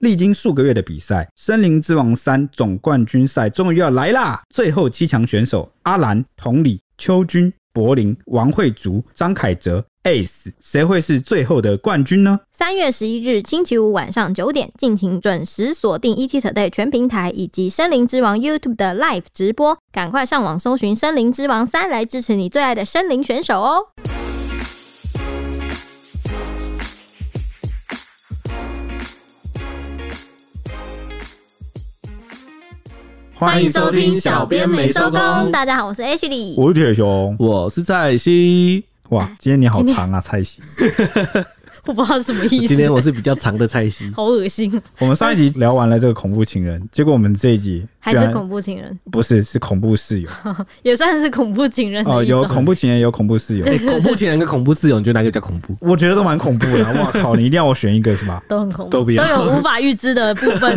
历经数个月的比赛，《森林之王三》总冠军赛终于要来啦！最后七强选手阿兰、同理、邱军、柏林、王慧竹、张凯哲、Ace，谁会是最后的冠军呢？三月十一日星期五晚上九点，敬请准时锁定 ET Today 全平台以及《森林之王》YouTube 的 Live 直播。赶快上网搜寻《森林之王三》来支持你最爱的森林选手哦！欢迎收听小编没收工大家好，我是 H 李。我是铁熊。我是蔡西，哇，今天你好长啊，蔡喜。我不知道什么意思，，今天我是比较长的蔡西好恶心，我们上一集聊完了这个恐怖情人，结果我们这一集还居是然恐怖情人，不是是恐怖室友也算是恐怖情人哦，的一有种。恐怖情人，有恐怖室友。 欸恐怖情人跟恐怖室友，你觉得哪个比较恐怖？我觉得都蛮恐怖的，哇靠！你一定要我选一个是吧？都很恐怖，都不要有无法预知的部分。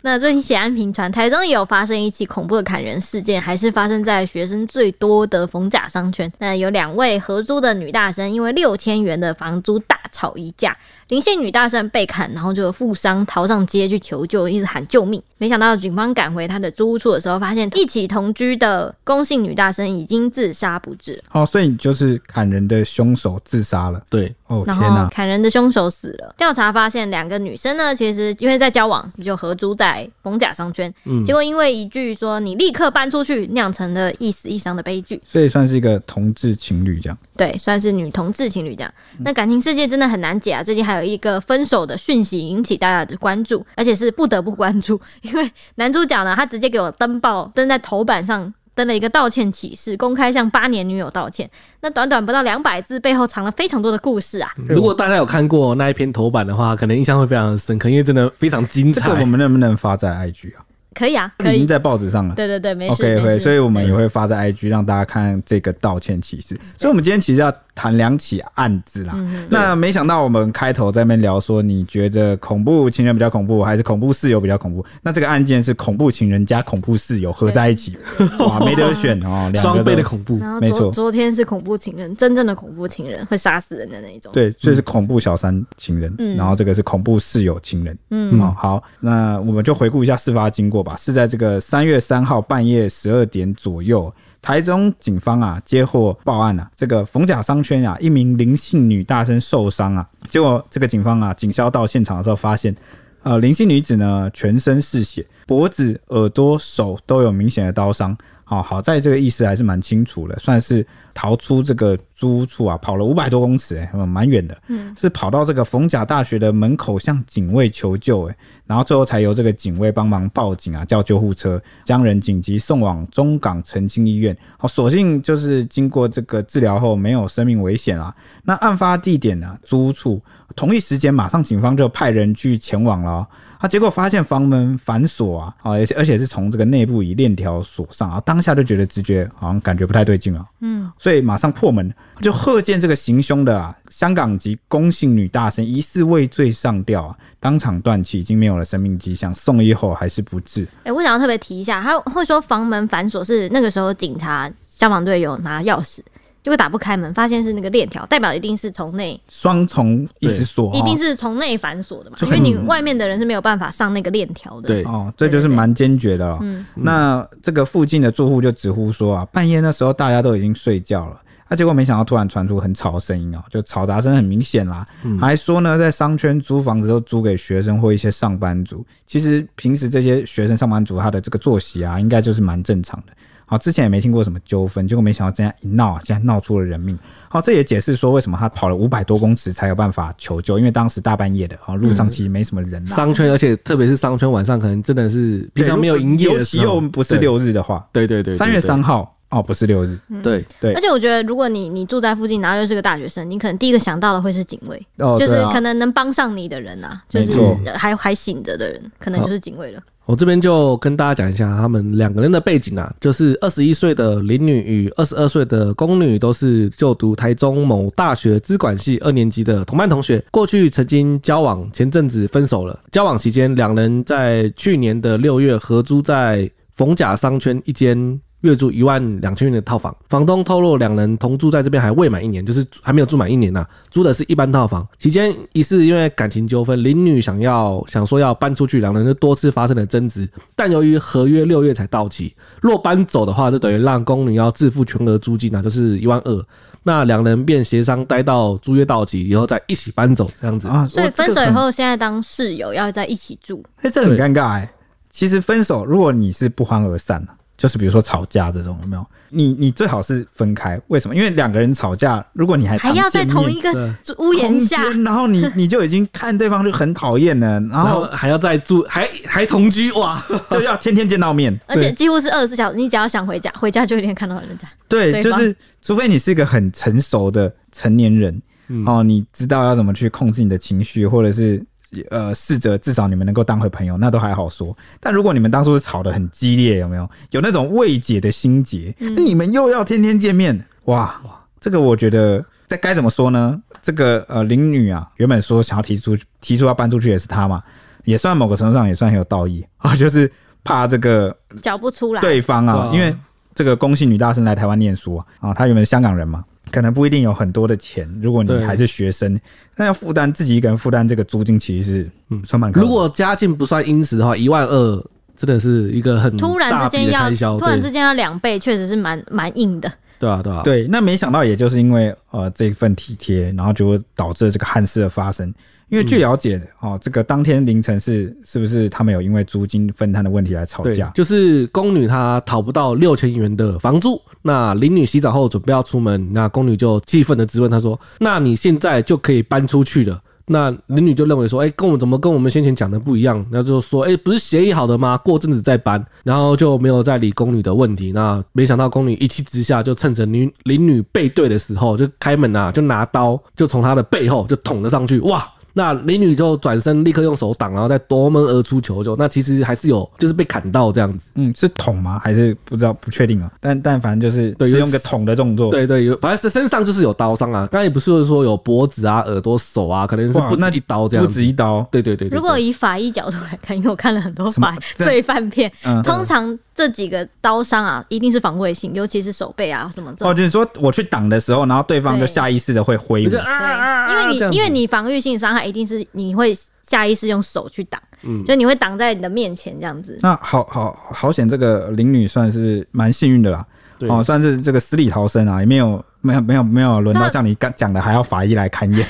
那最近血案频传，台中也有发生一起恐怖的砍人事件，还是发生在学生最多的逢甲商圈。那有两位合租的女大生因为六千元的房租大吵一架，林姓女大生被砍，然后就负伤逃上街去求救，一直喊救命。没想到警方赶回她的租屋处的时候，发现一起同居的龚姓女大生已经自杀不治了，好、所以你就是砍人的凶手自杀了。对，哦然天后哪！砍人的凶手死了。调查发现，两个女生呢，其实因为在交往就合租在逢甲商圈，嗯结果因为一句说“你立刻搬出去”，酿成了一死一伤的悲剧。所以算是一个同志情侣这样。对，算是女同志情侣这样。嗯那感情世界真的很难解啊！最近还有一个分手的讯息引起大家的关注，而且是不得不关注， 因为男主角呢，他直接给我登报登在头版上。登了一个道歉启事，公开向八年女友道歉。那短短不到两百字，背后藏了非常多的故事啊！如果大家有看过那一篇头版的话，可能印象会非常的深刻，因为真的非常精这个我彩。们能不能发在 IG 啊？可以啊，可已以经，在报纸上了。对对对，没事 OK 没会，事。所以我们也会发在 IG 让大家看这个道歉启事。所以，我们今天其实要谈两起案子啦。嗯那没想到我们开头在那边聊说，你觉得恐怖情人比较恐怖，还是恐怖室友比较恐怖？那这个案件是恐怖情人加恐怖室友合在一起，哇，没得选哦，两个双都倍的恐怖，然后没昨错昨天是恐怖情人，真正的恐怖情人会杀死人的那一种。对，这是恐怖小三情人，嗯然后这个是恐怖室友情人。嗯哦，好，那我们就回顾一下事发经过吧。是在这个三月三号半夜十二点左右，台中警方啊接获报案啊，这个逢甲商圈啊一名林姓女大生受伤啊，结果这个警方啊警消到现场的时候发现。呃，林姓女子呢，全身是血，脖子、耳朵、手都有明显的刀伤。好、好在这个意识还是蛮清楚的，算是逃出这个租屋处啊，跑了五百多公尺、欸，嗯蛮远的。嗯，是跑到这个逢甲大学的门口向警卫求救、欸，然后最后才由这个警卫帮忙报警啊，叫救护车，将人紧急送往中港澄清医院。好、所幸就是经过这个治疗后没有生命危险啦、啊那案发地点呢、租屋处同一时间，马上警方就派人去前往了、哦。啊，结果发现房门反锁啊，啊，而且而且是从这个内部以链条锁上啊，当下就觉得直觉好像感觉不太对劲了，嗯，所以马上破门，就喝见这个行凶的啊，香港籍龚姓女大生疑似畏罪上吊啊，当场断气，已经没有了生命迹象，送医后还是不治。哎、我想要特别提一下，他会说房门反锁是那个时候警察消防队有拿钥匙，结果打不开门，发现是那个链条，代表一定是从内，双重一直锁、哦，一定是从内反锁的嘛，就因很为你外面的人是没有办法上那个链条的。对，哦，这就是蛮坚决的了。哦那这个附近的住户就直呼说啊，半夜那时候大家都已经睡觉了。啊，结果没想到突然传出很吵的声音哦，就吵杂声很明显啦。还说呢，在商圈租房子都租给学生或一些上班族。其实平时这些学生上班族他的这个作息啊，应该就是蛮正常的。好，之前也没听过什么纠纷，结果没想到这样一闹啊，竟然闹出了人命。好，这也解释说为什么他跑了五百多公尺才有办法求救，因为当时大半夜的，啊，路上其实没什么人啦。商圈，而且特别是商圈晚上，可能真的是平常没有营业尤的其时又候，不是六日的话，对对对，三月三号，号哦，不是六日对，对而且我觉得，如果你你住在附近，然后又是个大学生，你可能第一个想到的会是警卫，哦，就是对啊可能能帮上你的人啊，就是没错呃还还醒着的人，可能就是警卫了。我这边就跟大家讲一下他们两个人的背景啊，就是二十一岁的林女与二十二岁的宫女都是就读台中某大学资管系二年级的同班同学，过去曾经交往，前阵子分手了。交往期间，两人在去年的六月合租在逢甲商圈一间。月租一万两千元的套房。房东透露，两人同住在这边还未满一年，就是还没有住满一年啊呐、租的是一般套房。期间疑似因为感情纠纷，林女想要想说要搬出去，两人就多次发生了争执。但由于合约六月才到期，若搬走的话，就等于让宫女要自付全额租金啊，就是一万二。那两人便协商待到租约到期以后再一起搬走，这样子。啊，嗯所以我这个分手以很后，现在当室友要在一起住，哎、这很尴尬哎、其实分手，如果你是不欢而散啊就是比如说吵架这种，有没有？你你最好是分开，为什么？因为两个人吵架，如果你还还常要在见同面一个对屋檐空下，间然后你你就已经看对方就很讨厌了，然 然后后还要再住，还还同居哇！就要天天见到面。而且几乎是二十四小时，你只要想回家，回家就一定看到人家。 对，对就方是除非你是一个很成熟的成年人，哦，你知道要怎么去控制你的情绪，或者是呃，试着至少你们能够当回朋友，那都还好说。但如果你们当初是吵得很激烈，有没有有那种未解的心结？嗯那你们又要天天见面，哇，这个我觉得在该怎么说呢？这个呃，林女啊，原本说想要提出提出要搬出去也是她嘛，也算某个程度上也算很有道义 啊，就是怕这个缴不出来，对方啊，对啊因为这个龚姓女大生来台湾念书啊，啊，她原本是香港人嘛，可能不一定有很多的钱。如果你对还是学生，那要负担自己一个人负担这个租金，其实是算蛮高的。嗯如果家境不算殷实的话，一万二真的是一个很突然之间大要笔的开销，突然之对间要两倍，确实是蛮蛮硬的。对啊对啊，对，那没想到，也就是因为呃这份体贴，然后就导致了这个憾事的发生。因为据了解、哦，这个当天凌晨是是不是他们有因为租金分摊的问题来吵对架，？就是宫女她讨不到六千元的房租，那林女洗澡后准备要出门，那宫女就气愤的质问她说：“那你现在就可以搬出去了。”那林女就认为说：“哎、跟我们怎么跟我们先前讲的不一样？”那就说：“哎、不是协议好的吗？过阵子再搬。”然后就没有再理宫女的问题。那没想到宫女一气之下，就趁着女林女背对的时候，就开门啊，就拿刀就从她的背后就捅了上去，哇！那林女就转身，立刻用手挡，然后再夺门而出求救。那其实还是有，就是被砍到这样子。嗯，是捅吗？还是不知道不确定啊？但但反正就是对是有用个捅的动作，对对，有，反正是身上就是有刀伤啊。刚才也不是说有脖子啊、耳朵、手啊，可能是哇，不那止一刀这样不子。止一刀，对对对对对如果以法医角度来看，因为我看了很多什么 法这罪犯片，嗯，通常这几个刀伤啊，一定是防卫性，尤其是手背啊什么这哦，种。就是说我去挡的时候，然后对方就对下意识的会挥舞我就。啊对啊啊，因为啊这样你子因为你防御性伤害一定是你会下意识用手去挡，嗯就你会挡在你的面前这样子。那好好好险，这个林女算是蛮幸运的啦，对哦，算是这个死里逃生啊，也没有没有没有没有轮到那像你刚讲的还要法医来勘 验。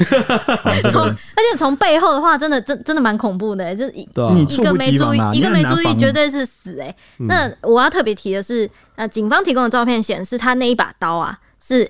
哦这从个而且从背后的话，真的真真的蛮恐怖的、欸，就是一对啊你一猝个不没及注防意啊，一个你没很难注意防嗯绝对是死哎、那我要特别提的是，呃，警方提供的照片显示，他那一把刀啊是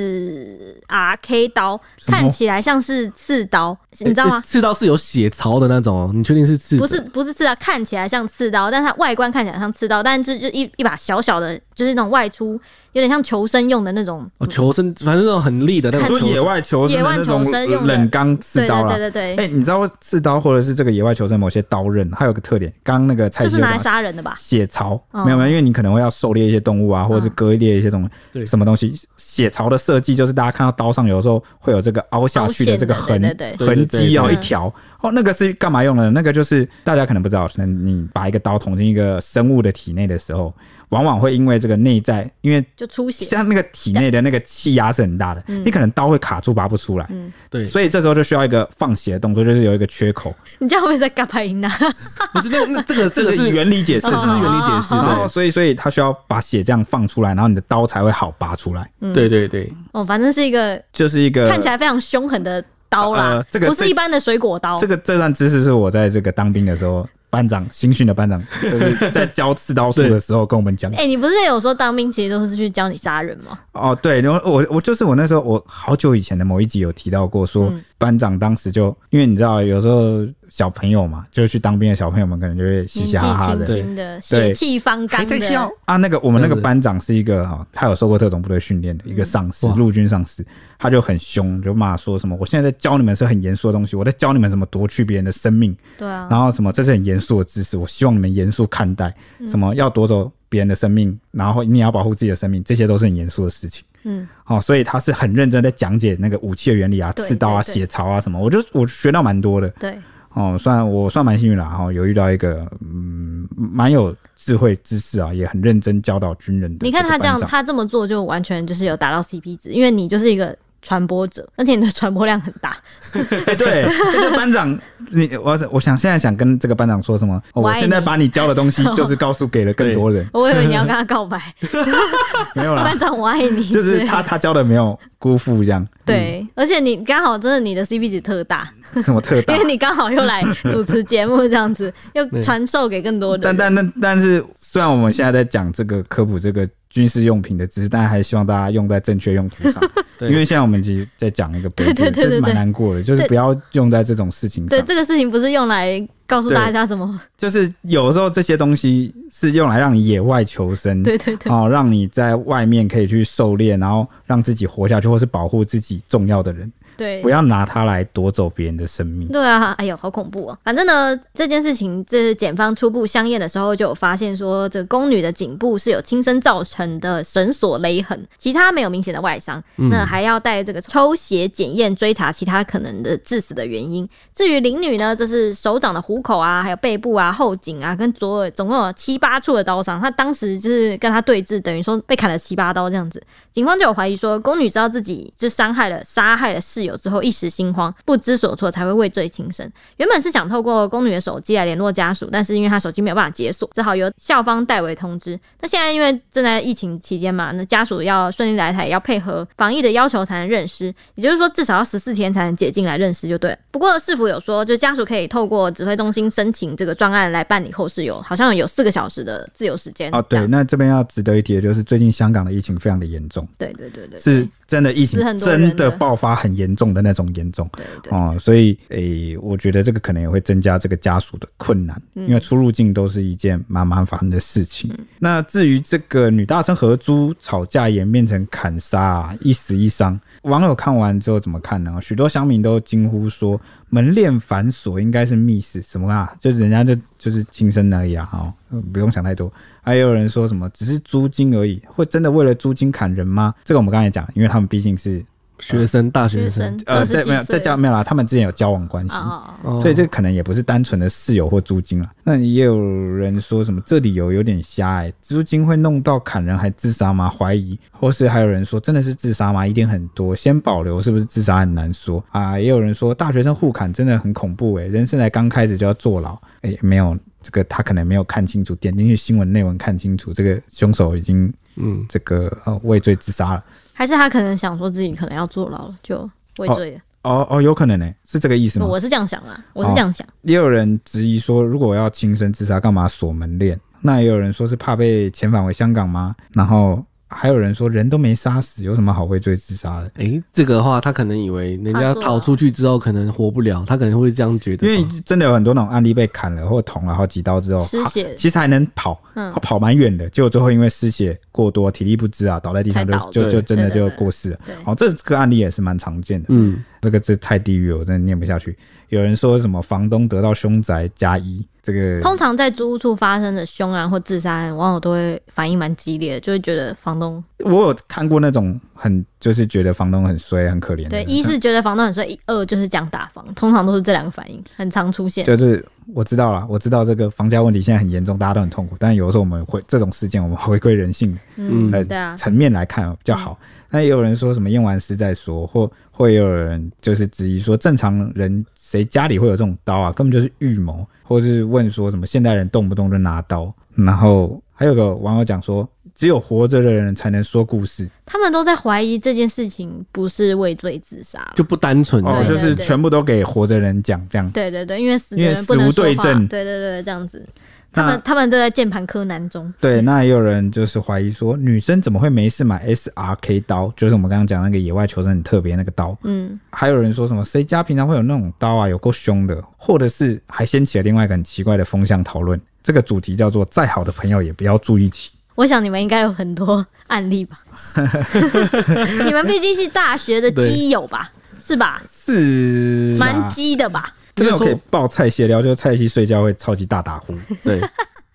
S R K 刀，什么看起来像是刺刀，你知道欸吗？刺刀是有血槽的那种哦，你确定是刺的？不是不是刺刀，看起来像刺刀，但它外观看起来像刺刀，但是就一一把小小的，就是那种外出有点像求生用的那种，哦，求生，反正那种很利的那你种说求野生。外求生野的外那求生用种的冷钢刺对刀对啦，对对对，哎、你知道刺刀或者是这个野外求生某些刀刃，它有个特点，刚刚那个蔡就徐是坤拿来讲杀人的吧？血槽，哦没有没有，因为你可能会要狩猎一些动物啊，或者是割裂一些东西，对什么东西。血槽的设计就是大家看到刀上有时候会有这个凹下去的这个凹痕陷的对对对痕迹哦，对对一对条哦，那个是干嘛用的？那个就是大家可能不知道，可能你把一个刀捅进一个生物的体内的时候，往往会因为这个内在，因为就出血， 像那个体内的那个气压是很大的，嗯你可能刀会卡住拔不出来，嗯 对，所以这时候就需要一个放血的动作，就是有一个缺口，你这样会不会在嘎巴音呐？不是那那这个这个是原理解释，哦这是原理解啊释。然后所以所以他需要把血这样放出来，然后你的刀才会好拔出来，对对对对，哦，反正是一个就是一个看起来非常凶狠的刀啦，呃这个不是一般的水果刀。这个这段知识是我在这个当兵的时候，班长新训的班长就是在教刺刀术的时候跟我们讲哎、。你不是有说当兵其实都是去教你杀人吗？哦，对，然后我我就是我那时候我好久以前的某一集有提到过，说嗯班长当时就因为你知道有时候小朋友嘛，就是去当兵的小朋友们可能就会嘻年嘻纪哈哈轻的。轻的，对血气方刚的，啊，那个我们那个对对班长是一个哈、哦，他有受过特种部队训练的一个上司，哇陆军上嗯司，他就很凶，就骂说什么我现在在教你们是很严肃的东西，我在教你们怎么夺去别人的生命，对啊，然后什么这是很严肃的知识，我希望你们严肃看待，嗯什么要夺走别人的生命，然后你也要保护自己的生命，这些都是很严肃的事情。嗯，哦，所以他是很认真在讲解那个武器的原理啊，对刺刀啊、对对血槽啊什么，我就我学到蛮多的。对，哦，算我算蛮幸运了哈、哦，有遇到一个嗯蛮有智慧知识啊，也很认真教导军人的。你看他这样，他这么做就完全就是有达到 CP 值，因为你就是一个传播者，而且你的传播量很 大。哎、对，这个班长，你我我想现在想跟这个班长说什么？哦我我爱现在你把你教的东西，就是告诉给了更多人，我以为你要跟他 告白，没有啦班，长我爱你之就类的，是他嗯他教的没有辜负这样，对，而且你刚好真的你的 CP 值特大，什么特大 因为。你刚好又来主持节目这样子， 又传授给更多人。但但但但是，虽然我们现在在讲这个科普这个军事用品的知识，但还希望大家用在正确用途 上，因对为现在我们其实在讲一个悲剧，对对对对这是蛮对难过的，就是对不要用在这种事情对上。这个事情不是用来告诉对大家怎么，就是有时候这些东西是用来让你野外求生，对对对，哦，让你在外面可以去狩猎，然后让自己活下去，或是保护自己重要的人，对不。要拿它来夺走别人的生命。对啊，哎呦，好恐怖哦！反正呢，这件事情，这检方初步相验的时候就有发现说，这个宫女的颈部是有亲身造成的绳索勒痕，其他没有明显的外伤。那还要带这个抽血检验，追查其他可能的致死的原因。至于林女呢，这是手掌的虎口啊，还有背部啊、后颈啊，跟左耳，总共有七八处的刀伤。她当时就是跟她对峙，等于说被砍了七八刀这样子。警方就有怀疑说，宫女知道自己就伤害了、杀害了室友之后，一时心慌，不知所措，才会畏罪轻生。原本是想透过宫女的手机来联络家属，但是因为她手机没有办法解锁，只好由校方代为通知。那现在因为正在疫情期间嘛，那家属要顺利来台，也要配合防疫的要求才能认尸，也就是说至少要十四天才能解禁来认尸就对了。不过市府有说，就家属可以透过指挥中心申请这个专案来办理后事有，好像有四个小时的自由时间。哦，这对，样那这边要值得一提的就是，最近香港的疫情非常的严重，对对对对，是真的疫死情很多人啊的真的爆发很严重的那种严重。对对哦，所以诶、我觉得这个可能也会增加这个家属的困难，嗯因为出入境都是一件蛮麻烦的事情。那至于这个女大生和猪吵架演变成砍杀、啊，一死一伤，网友看完之后怎么看呢？许多乡民都惊呼说：“门恋繁琐应该是密室，什么啊？就是人家就就是亲生而已啊！”哦，呃不用想太多。还有人说什么只是租金而已，会真的为了租金砍人吗？这个我们刚才讲，因为他们毕竟是学生、大学学生生，呃，二十在几没有在岁家嗯没有啦，他们之前有交往关系，哦哦哦哦所以这可能也不是单纯的室友或租金了。那也有人说什么这理由有点瞎哎、租金会弄到砍人还自杀吗？怀疑，或是还有人说真的是自杀吗？疑点很多，先保留是不是自杀很难说啊。也有人说大学生互砍真的很恐怖哎、人生才刚开始就要坐牢哎、没有。这个他可能没有看清楚，点进去新闻内文看清楚，这个凶手已经嗯，这个呃畏罪自杀了。还是他可能想说自己可能要坐牢了，就畏罪了。哦哦，有可能呢、是这个意思吗？哦我是这样想啊，我是这样想。也有人质疑说，如果要轻生自杀，干嘛锁门链？那也有人说是怕被遣返回香港吗？然后还有人说，人都没杀死，有什么好畏罪自杀的？诶，这个的话，他可能以为人家他做了逃出去之后可能活不了，他可能会这样觉得因吧。为真的有很多那种案例被砍了或捅了好几刀之后，失血啊其实还能跑，嗯他跑蛮远的，结果最后因为失血过多，体力不支啊，倒在地上就才倒就对就真的对对就对过世了。嗯对，哦，这个案例也是蛮常见的。嗯，这个这太地狱了，我真的念不下去。有人说什么房东得到凶宅加一，这个通常在租屋处发生的凶案或自杀案，网友都会反应蛮激烈的，就会觉得房东我有看过那种很就是觉得房东很衰很可怜的，对一是觉得房东很衰，一二就是讲打房，通常都是这两个反应，很常出现。就是我知道了，我知道这个房价问题现在很严重，大家都很痛苦，但有的时候我们回这种事件，我们回归人性嗯，呃对啊，嗯层面来看比较好。那也有人说什么验完尸再说，或会有人就是质疑说，正常人谁家里会有这种刀啊？根本就是预谋，或是问说什么现代人动不动就拿刀。然后还有个网友讲说，只有活着的人才能说故事，他们都在怀疑这件事情不是畏罪自杀了就不单纯哦，这就样。是对全部都给活着人讲这样。对对对，因为死的因为人不能死无说对话，证对对对，这样子，那他们他们都在键盘柯南中。对，那也有人就是怀疑说，女生怎么会没事买 SRK 刀？就是我们刚刚讲那个野外求生很特别那个刀。嗯，还有人说什么谁家平常会有那种刀啊，有够凶的，或者是还掀起了另外一个很奇怪的风向讨论。这个主题叫做“再好的朋友也不要住一起我想你们应该有很多案例吧？你们毕竟是大学的基友吧？是吧”，？是蛮啊，基的吧？这个应可该说以爆菜蟹料，就是菜系睡觉会超级大打呼。对，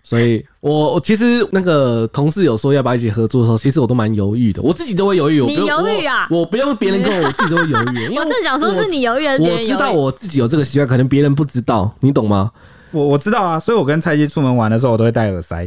所以我我其实那个同事有说要不要一起合作的时候，其实我都蛮犹豫的，我自己都会犹豫。我不你用犹豫啊我我不用别人跟我，我自己都会 犹豫。因为我正想说是你犹豫，别人我犹豫知道我自己有这个习惯，可能别人不知道，你懂吗？我我知道啊，所以我跟蔡姬出门玩的时候，我都会戴耳塞，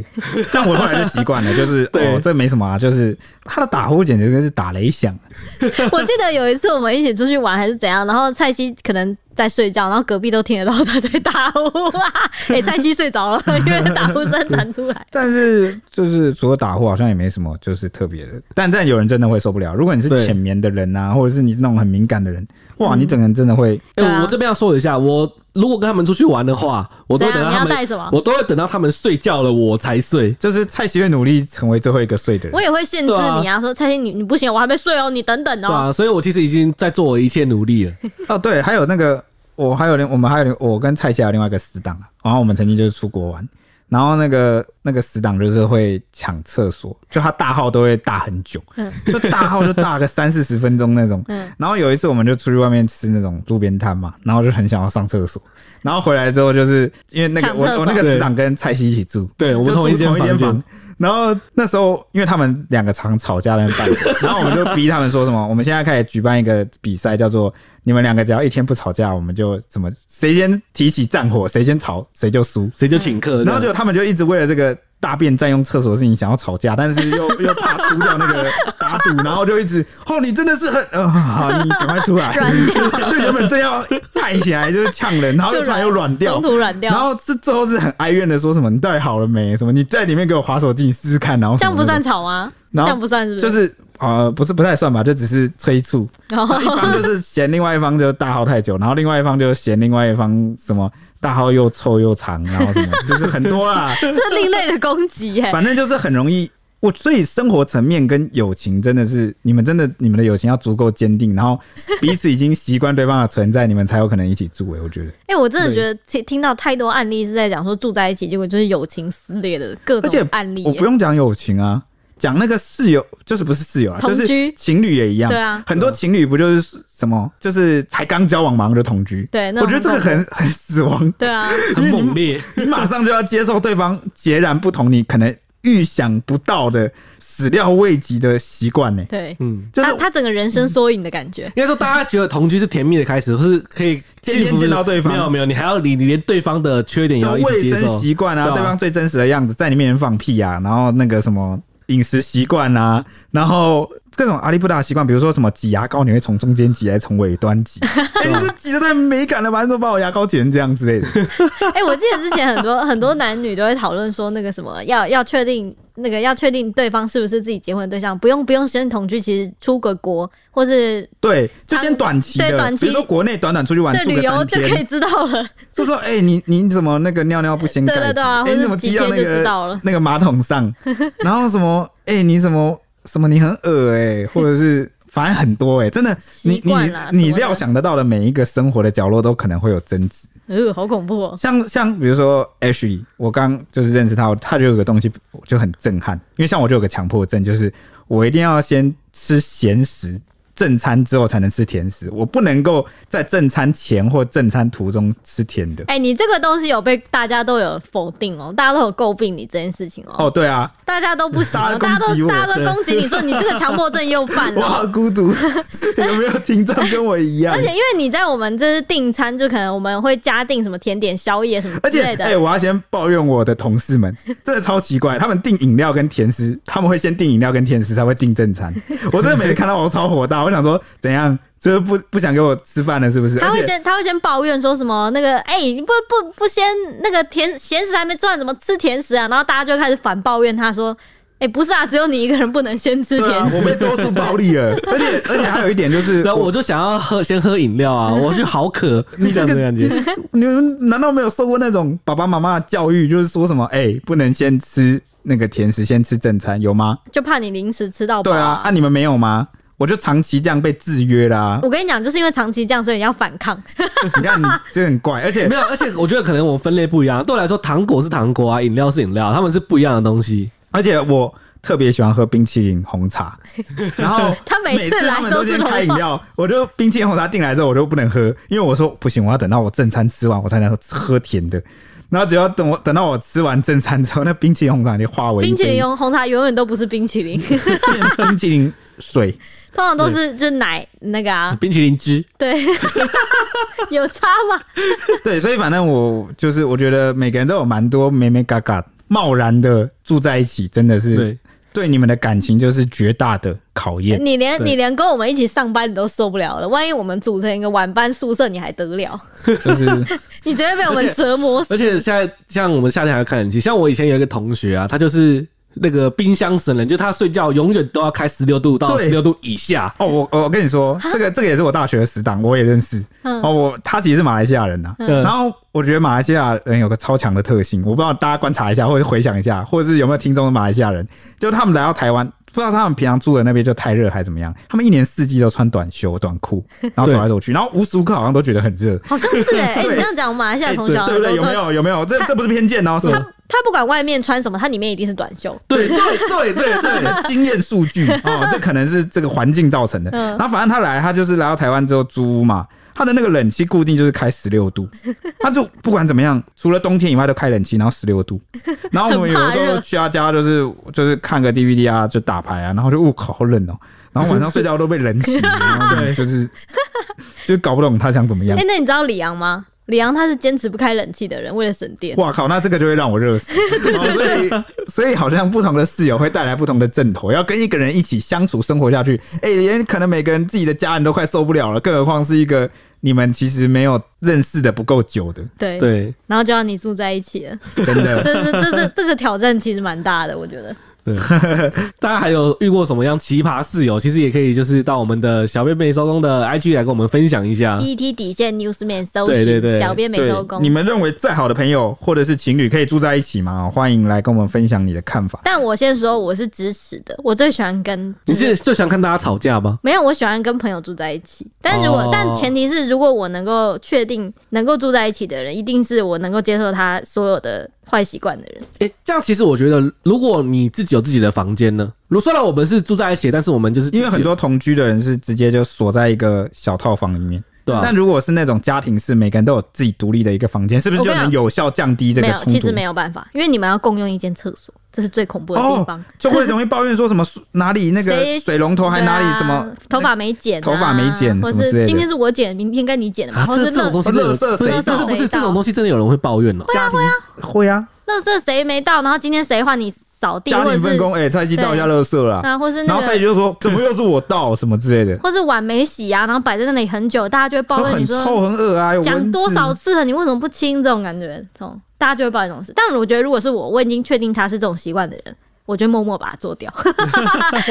但我后来就习惯了，就是对哦，这没什么啊，就是他的打呼简直就是打雷响， 我记得有一次我们一起出去玩还是怎样，然后蔡西可能在睡觉，然后隔壁都听得到他在打呼啊。哎、蔡西睡着了，因为打呼声传出来。但是就是除了打呼，好像也没什么就是特别的。但但有人真的会受不了，如果你是对浅眠的人呐、或者是你是那种很敏感的人，哇，你整个人真的会哎、对啊我这边要说一下，我如果跟他们出去玩的话，我都会怎等样你到他要们，带什么我都会等到他们睡觉了我才睡。就是蔡徐会努力成为最后一个睡的我人。也会限制对啊你啊，说蔡西你你不行，我还没睡哦，你等等对哦。啊，所以我其实已经在做我一切努力了。 哦，对，还有那个我还有另我们还有另我跟蔡徐还有另外一个死党啊，然后我们曾经就是出国玩。然后那个那个死党就是会抢厕所，就他大号都会大很久，嗯就大号就大个三四十分钟那种。嗯然后有一次我们就出去外面吃那种路边摊嘛，然后就很想要上厕所，然后回来之后就是因为那个抢我厕所我那个死党跟蔡西一起住，对我们就住同一间同一房间间房。然后那时候，因为他们两个常吵架在那办，然后我们就逼他们说什么，我们现在开始举办一个比赛，叫做你们两个只要一天不吵架，我们就怎么谁先提起战火，谁先吵谁就输。谁就请客这 样，然后就他们就一直为了这个大便占用厕所的事情想要吵架，但是又又怕输掉那个打赌，然后就一直哦，你真的是很呃，好，你赶快出来， 就原本正要派起来就是呛人，然后就又突然又软掉中。途软掉，啊然后是最后是很哀怨的说什么你到底好了没？什么你在里面给我划手机，你试试看，然后这什么样不那算种，吵吗？这然后样不算是不是？就是呃不是不太算吧，就只是催 促，然 后一方就是嫌另外一方就大号太久，然后另外一方就嫌另外一方什么大号又臭又长，然后什么就是很多啦， 这另类的攻击耶、反正就是很容易。我所以生活层面跟友情真的是，你们真的你们的友情要足够坚定，然后彼此已经习惯对方的存在，你们才有可能一起住、欸。我觉得，哎、我真的觉得听听到太多案例是在讲说住在一起，结果就是友情撕裂的各而且种案例耶、我不用讲友情啊，讲那个室友就是不是室友啊，同就居是情侣也一样。对啊很多情侣不就是什么，就是才刚交往马上就同居。对那我觉得这个种很很 死亡，对啊，很猛烈。你马上就要接受对方截然不同，你可能预想不到的始料未及的习惯呢。对，嗯，就是他他整个人生缩影的感 觉。应该说大家觉得同居是甜蜜的开始，或是可以天天幸福的见到对方没有没有，你还要你你连对方的缺点也像要一卫起接生受。习惯啊，对啊对方最真实的样子，在你面前放屁啊，然后那个什么饮食习惯啊，然后各种阿里不达的习惯，比如说什么挤牙膏，你会从中间挤还是从尾端 挤？哎、你这挤的太美感了吧？你怎么把我牙膏挤成这样之类的？哎、我记得之前很多很多男女都会讨论说，那个什么要要确定那个要确定对方是不是自己结婚的对象，不用不用先同居，其实出个国或是对，就先短期的，对短期比如说国内短短出去玩对住旅个游三就可以天，知道了。就说哎、你你怎么那个尿尿不掀盖子？对对对啊哎你怎么或者是滴到那几天就知道个了那个马桶 上？然后什么哎、你什么什么你很恶哎、或者 是。反正很多哎、真的，你习你惯啦你什么的料想得到的每一个生活的角落都可能会有争执，呃，好恐怖哦！像像比如说 Ashley，我刚就是认识他，他就有个东西我就很震撼，因为像我就有个强迫症，就是我一定要先吃咸食正餐之后才能吃甜食，我不能够在正餐前或正餐途中吃甜的。哎、你这个东西有被大家都有否定哦，大家都有诟病你这件事情哦，哦，对啊，大家都不行 哦，大家大家攻击都我大家都攻击你说你这个强迫症又犯我了哦。好孤 独，有没有听众跟我一样而？且因为你在我们这是订餐，就可能我们会加订什么甜点、宵夜什么而之且，类的。哎、我要先抱怨我的同事们，真的超奇怪，他们订饮料跟甜食，他们会先订饮料跟甜食，才会订正 餐。我真的每次看到我都超火大，我想说怎样，就是不不想给我吃饭了，是不是？他而会且先他会先抱怨说什么那个哎、你不不不先那个甜咸食还没做完，怎么吃甜食啊？然后大家就开始反抱怨他说，哎、不是啊，只有你一个人不能先吃对啊甜，食。我被多数暴力 了，而且而且还有一点就是，然后啊我就想要喝，先喝饮料啊，我就好渴， 你这这样个的感你觉。你们难道没有受过那种爸爸妈妈的教育，就是说什么哎、不能先吃那个甜食，先吃正餐，有吗？就怕你零食吃到饱、对啊，啊你们没有吗？我就长期这样被制约啦、 我跟你讲，就是因为长期这样，所以你要反抗。你看你这很怪，而且 没有，而且我觉得可能我们分类不一样。对我来说，糖果是糖果啊，饮料是饮料，他们是不一样的东西。而且我特别喜欢喝冰淇淋红 茶，然后他每次每次来他们都都是先红开饮茶料，我就冰淇淋红茶进来之后我就不能喝，因为我说不行，我要等到我正餐吃完我才能喝甜的。然后只要等我等到我吃完正餐之后，那冰淇淋红茶就化为一冰淇淋杯用红茶永远都不是冰淇 淋，通变冰淇淋水，常都是就是奶那个啊，冰淇淋汁，对， 有差吗？对，所以反正我就是我觉得每个人都有蛮多美美嘎嘎，贸然的住在一起，真的是对，对你们的感情就是绝大的考验。你连对你连跟我们一起上班你都受不了了，万一我们组成一个晚班宿舍，你还得了？ 就是你绝对被我而们且折磨死。而且现在像我们夏天还要开冷气，像我以前有一个同学啊，他就是那个冰箱神人，就他睡觉永远都要开十六度到对十六度以下。哦，我我跟你啊说，这个这个也是我大学的死党，我也认识。嗯哦，我他其实是马来西亚人呐、嗯然后我觉得马来西亚人有个超强的特性，我不知道大家观察一下，或者 回想一下，或者是有没有听众的马来西亚人，就他们来到台湾，不知道他们平常住的那边就太热还是怎么样，他们一年四季都穿短袖短裤，然后走来走 去，然后无时无刻好像都觉得很热。好像是 哎、欸，哎、对你这样讲，我们马来西亚从小对不对？有没？有有没有？这这不是偏见哦，是他他不管外面穿什么，他里面一定是短袖。 对对对对，这是个经验数据哦，这可能是这个环境造成的。嗯然后反正他来，他就是来到台湾之后租屋嘛，他的那个冷气固定就是开十六度，他就不管怎么样，除了冬天以外都开冷气，然后十六度。然后我们有的时很怕候热去他家就是就是看个 DVD 啊，就打牌啊，然后就我靠好冷哦，然后晚上睡觉都被冷醒，然后就是 就搞不懂他想怎么样哎、。那你知道李阳吗？李阳他是坚持不开冷气的人，为了省电。哇靠，那这个就会让我热 死。哦所以，所以好像不同的室友会带来不同的阵头，要跟一个人一起相处生活下去，哎、连可能每个人自己的家人都快受不了了，更何况是一个你们其实没有认识的不够久 的，对，对然后就让你住在一起了，真的。这这这这这个挑战其实蛮大的，我觉得。对，大家还有遇过什么样奇葩室友？其实也可以就是到我们的小贝贝收工的 IG 来跟我们分享一下。 ET E 底线 Newsman 搜啊对对寻对小编没收工你。们认为再好的朋友或者是情侣可以住在一起吗？欢迎来跟我们分享你的看法。但我先说，我是支持的，我最喜欢跟就你是是最想看大家吵架吗？没有，我喜欢跟朋友住在一起。但如果、哦但前提是，如果我能够确定能够住在一起的人，一定是我能够接受他所有的坏习惯的人。诶、这样其实我觉得，如果你自己有自己的房间呢，如虽然我们是住在一起，但是我们就是因为很多同居的人是直接就锁在一个小套房里面，对啊但如果是那种家庭式，每个人都有自己独立的一个房间，是不是就我跟你能讲有效降低这没个有，冲突？其实没有办法，因为你们要共用一间厕所，这是最恐怖的地方。哦、就会容易抱怨说什么 哪里那个谁水龙头还哪对里啊什么。头发没剪啊、头发没剪或什么之类的是今天是我剪，明天该你剪了嘛，啊，或这是这种垃东西真的有，哦垃圾不谁是不是倒不是这种东西真的有人会抱怨哦。啊家庭会啊，垃圾谁没到，然后今天谁换你扫地，家或者庭分是工，哎、蔡西倒一下垃圾啦，啊，或是然那后蔡西个。就说 怎么又是我倒什么之类的，或是碗没洗啊，然后摆在那里很久，大家就会说抱怨很你说臭很恶啊，有蚊讲子多少次了，你为什么不清？这种感觉，这种大家就会抱怨这种事。但我觉得，如果是我，我已经确定他是这种习惯的人，我就默默把它做掉，啊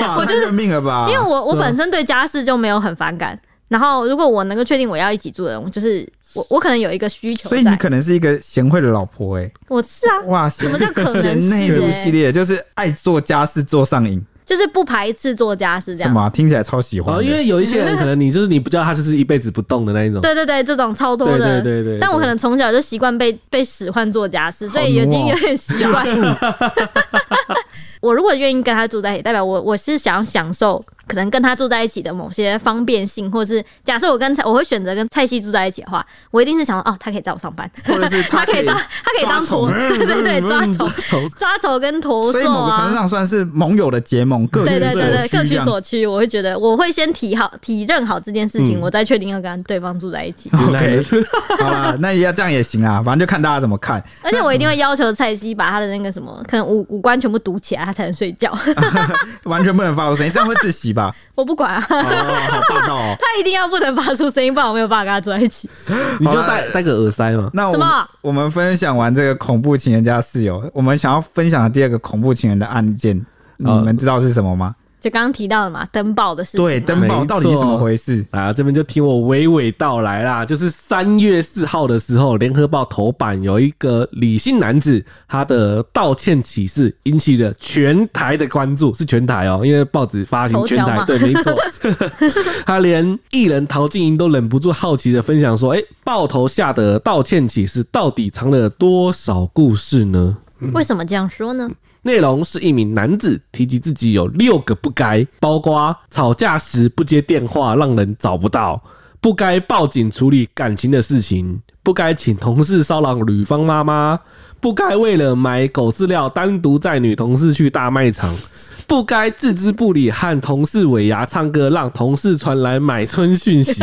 哇，太认命了吧？因为我我对啊本身对家事就没有很反感。然后，如果我能够确定我要一起住的人，我就是我，我可能有一个需求所以你在。可能是一个贤惠的老婆哎、我是啊，哇，什么叫可能贤是内助欸系列就是爱做家事做上瘾，就是不排斥做家事什这样。么啊、听起来超喜欢哦，的，因为有一些人可能你就是你不叫他就是一辈子不动的那一种。对对对，这种超多对的。对对对。但我可能从小就习惯被被使唤做家事，所以已经有点习惯。我如果愿意跟他住在一起，代表我我是想要享受可能跟他住在一起的某些方便性，或是假设我跟蔡我会选择跟蔡西住在一起的话，我一定是想说哦，他可以载我上班，或者是他可以当他可以当抓驼， 对对嗯嗯对，抓虫从抓虫跟驼所以兽某个程度啊。上算是盟友的结盟，各对取对对对，所各需这取样。所需。我会觉得，我会先体好、体认好这件事情，嗯我再确定要跟对方住在一起。 OK，好啦，那也要这样也行啦，反正就看大家怎么看。而且我一定会要求蔡西把他的那个什么，可能五五官全部堵起来，他才能睡觉。 完全不能发出声音，这样会窒息吧？我不管啊， 哦，好霸道哦！他一定要不能发出声音，不然我没有办法跟他住在一起。你就戴戴个耳塞嘛。那我什们么我们分享完这个恐怖情人家室友，我们想要分享的第二个恐怖情人的案件，你哦们知道是什么吗？就刚刚提到的嘛，登报的事情嘛。对，登报没错到底是怎么回事？啊，这边就听我娓娓道来啦。就是三月四号的时候，《联合报》头版有一个李姓男子，他的道歉启事引起了全台的关注，是全台哦，因为报纸发行头全条台嘛，对，没 错。他连艺人陶晶莹都忍不住好奇的分享说：“哎、报头下的道歉启事到底藏了多少故事呢？”为什么这样说呢？内容是一名男子提及自己有六个不该，包括吵架时不接电话让人找不到，不该报警处理感情的事情，不该请同事骚扰女方妈妈，不该为了买狗饲料单独载女同事去大卖场。不 该置之不理，和同事尾牙唱歌，让同事传来买春讯息，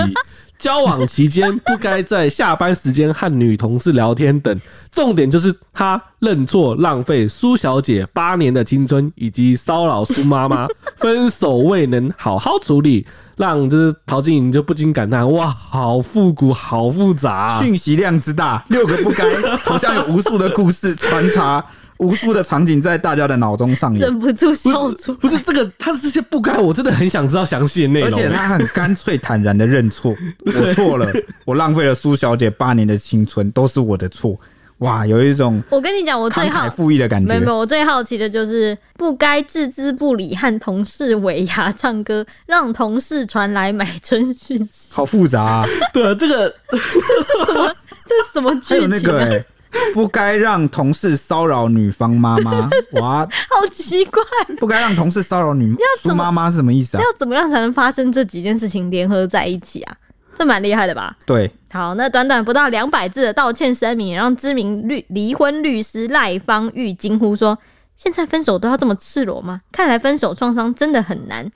交往期间不该在下班时间和女同事聊天等。重点就是他认错，浪费苏小姐八年的青春，以及骚扰苏 妈妈，分手未能好好处理，让就是陶晶莹就不禁感叹：哇，好复古，好复杂啊、讯息量之大，六个不该，好像有无数的故事穿插，无数的场景在大家的脑中上演。忍不住笑不是出。不是这个，他这些不该，我真的很想知道详细的内容。而且他很干脆坦然的认错，我错了，我浪费了苏小姐八年的青春，都是我的错。哇，有一种我跟你讲，我慷最慨好赴义的感没觉有没。有，我最好奇的就是不该置之不理和同事尾牙唱歌，让同事传来买春讯息， 好复杂、啊，对啊这个这是什么还剧有那情个、啊？欸、不该让同事骚扰女方妈 妈，哇，好奇怪，不该让同事骚扰女怎苏么妈妈是什么意思啊要？怎么样才能发生这几件事情联合在一起啊？这蛮厉害的吧？对，好，那短短不到两百字的道歉声明，也让知名律离婚律师赖芳玉惊呼说：“现在分手都要这么赤裸吗？看来分手创伤真的很难。”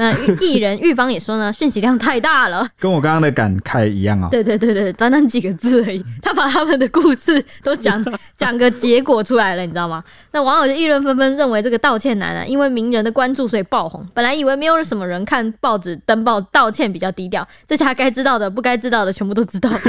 那艺人玉芳也说呢，讯息量太大了。跟我刚刚的感慨一样啊、对对对对，短短几个字而已，他把他们的故事都讲 讲个结果出来了，你知道吗？那网友就议论纷纷，认为这个道歉男啊，因为名人的关注所以爆红。本来以为没有什么人看报纸登报道歉比较低调，这下该知道的、不该知道的全部都知道了。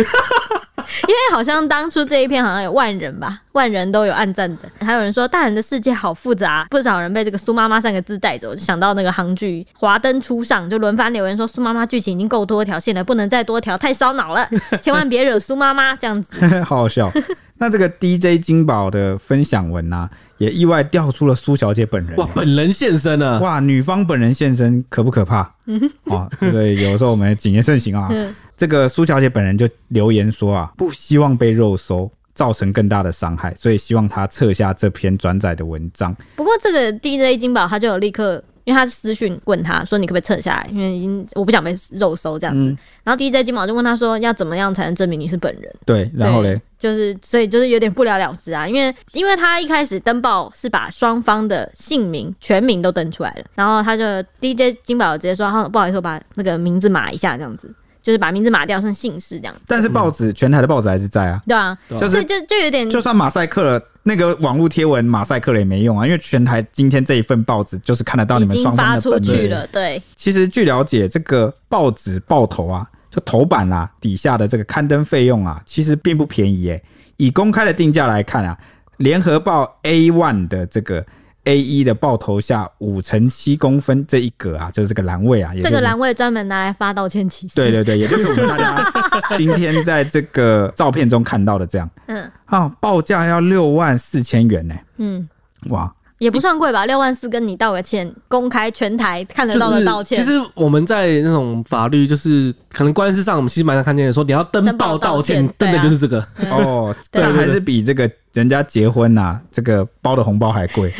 因为好像当初这一篇好像有万人吧，万人都有暗赞的，还有人说大人的世界好复杂，不少人被这个苏妈妈三个字带走，就想到那个韩剧《华灯初上》，就轮番留言说苏妈妈剧情已经够多条线了，不能再多条，太烧脑了，千万别惹苏妈妈这样子。 好好笑。那这个 DJ 金宝的分享文啊，也意外调出了苏小姐本人、哇，本人现身嗯啊！哇，女方本人现身可不可 怕？啊，所以有时候我们谨言慎行啊。嗯这个苏小姐本人就留言说啊，不希望被肉搜。造成更大的伤害，所以希望她撤下这篇转载的文章。不过这个 DJ 金宝他就有立刻。因为他私讯问他说：“你可不可以撤下来？因为已经我不想被肉搜这样子。然后 DJ 金宝就问他说：“要怎么样才能证明你是本人？”对，然后嘞，就是所以就是有点不了了之啊，因为因为他一开始登报是把双方的姓名全名都登出来了，然后他就 DJ 金宝直接说，啊不好意思，我把那个名字码一下，这样子，就是把名字码掉，剩姓氏这样，但是报纸、全台的报纸还是在啊，对啊，对啊就所以是就就有点就算马赛克了，那个网络贴文马赛克了也没用啊，因为全台今天这一份报纸就是看得到你已们经双发方的出本去人。了，对，其实据了解，这个报纸报头啊，就头版啊底下的这个刊登费用啊，其实并不便宜诶、以公开的定价来看啊，联合报 A one 的这个 A 一的报头下五乘七公分这一格啊，就是这个栏位啊，也这就个是栏位专门拿来发道歉启事，对对对，也就是我们大家今天在这个照片中看到的这样嗯啊，报价要六万四千元呢、嗯，哇，也不算贵吧，六万四跟你道个歉，公开全台看得就到的是道歉，其实我们在那种法律，就是可能官司上，我们其实蛮常看见的，说你要登报道歉登报道歉，啊登的就是这个。哦， 对但对还是比这个人家结婚呐、这个包的红包还 贵。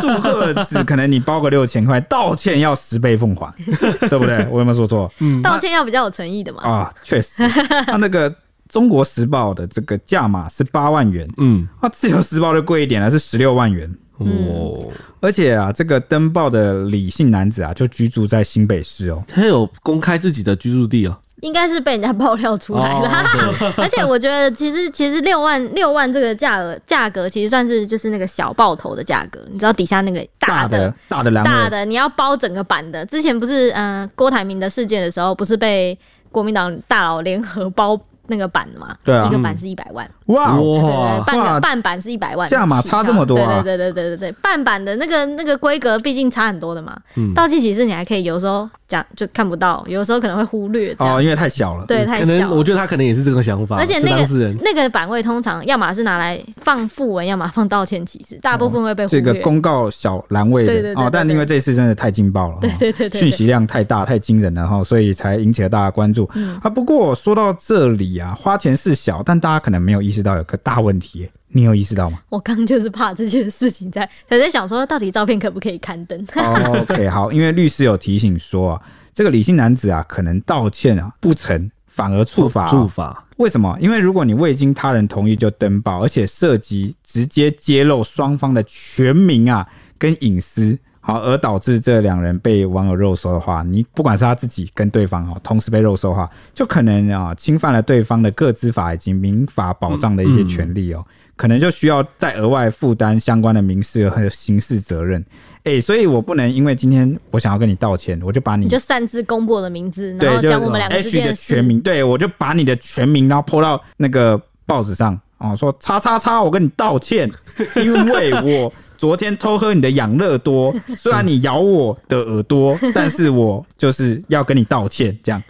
祝贺只可能你包个六千块，道歉要十倍奉还， 对不对？我有没有说错？嗯，道歉要比较有诚意的嘛，啊，确实。那那个《中国时报》的这个价码是八万元，嗯，啊，《自由时报》就贵一点了，是十六万元。嗯哦，而且啊，这个登报的李姓男子啊，就居住在新北市哦。他有公开自己的居住地哦。应该是被人家爆料出来了。哦 对而且我觉得其实其实六万六万这个价额价格其实算是就是那个小爆头的价格，你知道底下那个大大的。大的栏大位，的，你要包整个版的。之前不是，嗯、郭台铭的事件的时候，不是被国民党大佬联合包那个版的嘛？对啊一个版是一百万，哇哦，对对对哇，半哇个半版是一百万，价码差这么多啊对对对对对对，半版的那个那个规格毕竟差很多的嘛。嗯到期其实你还可以有时候讲就看不到，有时候可能会忽略这样。哦，因为太小了。对，太可小能了。我觉得他可能也是这个想法，而且这那当事个人。那个版位通常要么是拿来放副文，要么放道歉启事，大部分会被忽哦这略。个公告小栏位对的对对哦对，但对因为这次真的太劲爆了，对哦对对对讯息量太大太惊人了哈，所以才引起了大家关注嗯啊。不过说到这里啊，花钱是小，但大家可能没有意识到有个大问题耶，你有意识到 吗我刚就是怕这件事情在才在想说，到底照片可不可以刊登？哦？OK，好，因为律师有提醒说啊，这个李姓男子啊，可能道歉啊不成，反而触法、啊处。罚，为什么？因为如果你未经他人同意就登报，而且涉及直接揭露双方的全名啊跟隐私，好，而导致这两人被网友肉搜的话，你不管是他自己跟对方哦，同时被肉搜的话，就可能啊侵犯了对方的个资法以及民法保障的一些权利哦，可能就需要再额外负担相关的民事和刑事责任。哎、所以我不能因为今天我想要跟你道歉，我就把你你就擅自公布我的名字，然嗯对，后就讲我们两个之 H 间的事全。名，对我就把你的全名，然后 PO 到那个报纸上哦，说叉叉叉，我跟你道歉，因为 我昨天偷喝你的养乐多，虽然你咬我的耳朵，但是我就是要跟你道歉，这样。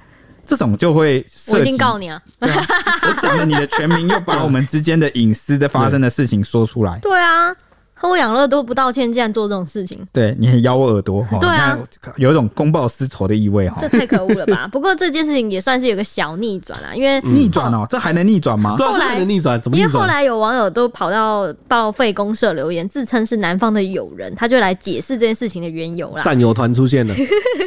这种就会我涉一及定告你啊！对啊我讲了你的全名，又把我们之间的隐私的发生的事情说出来。对啊，喝养乐多不道歉，竟然做这种事情，对，你还咬我耳朵，哦对啊，那有一种公报私仇的意味哈哦这。太可恶了吧！不过这件事情也算是有个小逆转啦，因为逆转哦，这还能逆转吗？对啊，后这来还能逆转？怎么因逆为后转？来有网友都跑到报废公社留言，自称是男方的友人，他就来解释这件事情的缘由啦。战友团出现了，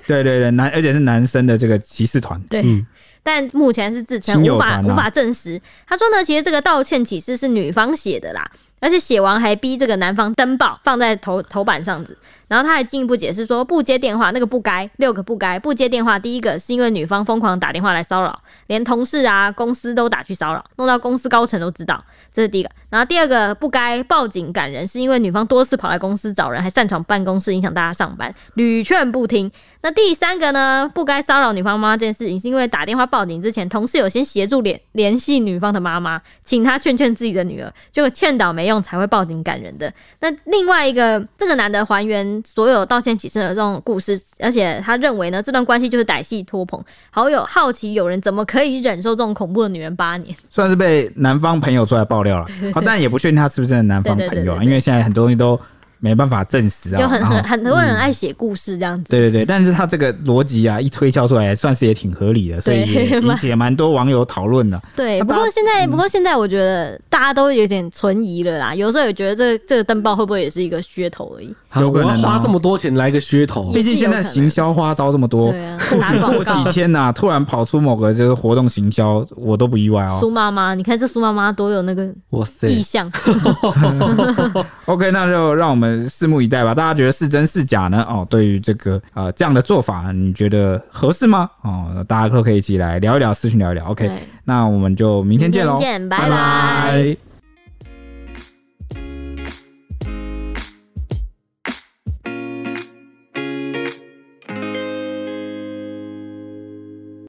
对对对，男而且是男生的这个骑士团，对，嗯但目前是自称亲友无法、团啊无法证实。他说呢，其实这个道歉启事是女方写的啦，而且写完还逼这个男方登报放在头头版上子。然后他还进一步解释说，不接电话那个不该，六个不该，不接电话。第一个是因为女方疯狂打电话来骚扰，连同事啊、公司都打去骚扰，弄到公司高层都知道，这是第一个。然后第二个不该报警赶人，是因为女方多次跑来公司找人，还擅闯办公室影响大家上班，屡劝不听。那第三个呢，不该骚扰女方妈妈这件事情，是因为打电话报警之前，同事有先协助联联系女方的妈妈，请她劝劝自己的女儿，结果劝导没用，才会报警赶人的。那另外一个，这个男的还原所有道歉启事的这种故事，而且他认为呢，这段关系就是歹戏拖棚。好友好奇有人怎么可以忍受这种恐怖的女人八年？算是被男方朋友出来爆料了。好，但也不确定他是不是真的男方对对朋友对啊，对因为现在很多东西都没办法证实啊。就很然后很很多人爱写故事这样 子。对对对，但是他这个逻辑啊，一推敲出来，算是也挺合理的，所以对 也引起了蛮多网友讨论的。对，那不大过现在，不过现在我觉得大家都有点存疑了啦。有时候也觉得这这个登报会不会也是一个噱头而已？好有可我能要哦花这么多钱来个噱 头也，毕是竟有现在行销花招这么多，对啊，或打 许广过告几。天呐、突然跑出某个就是活动行销，我都不意外哦。苏妈妈，你看这苏妈妈多有那个哇塞！意向， OK，那就让我们拭目以待吧。大家觉得是真是假呢？哦，对于这个呃这样的做法，你觉得合适吗？哦，大家都可以一起来聊一聊，私讯聊一聊。OK，对那我们就明天见喽，明天见拜拜拜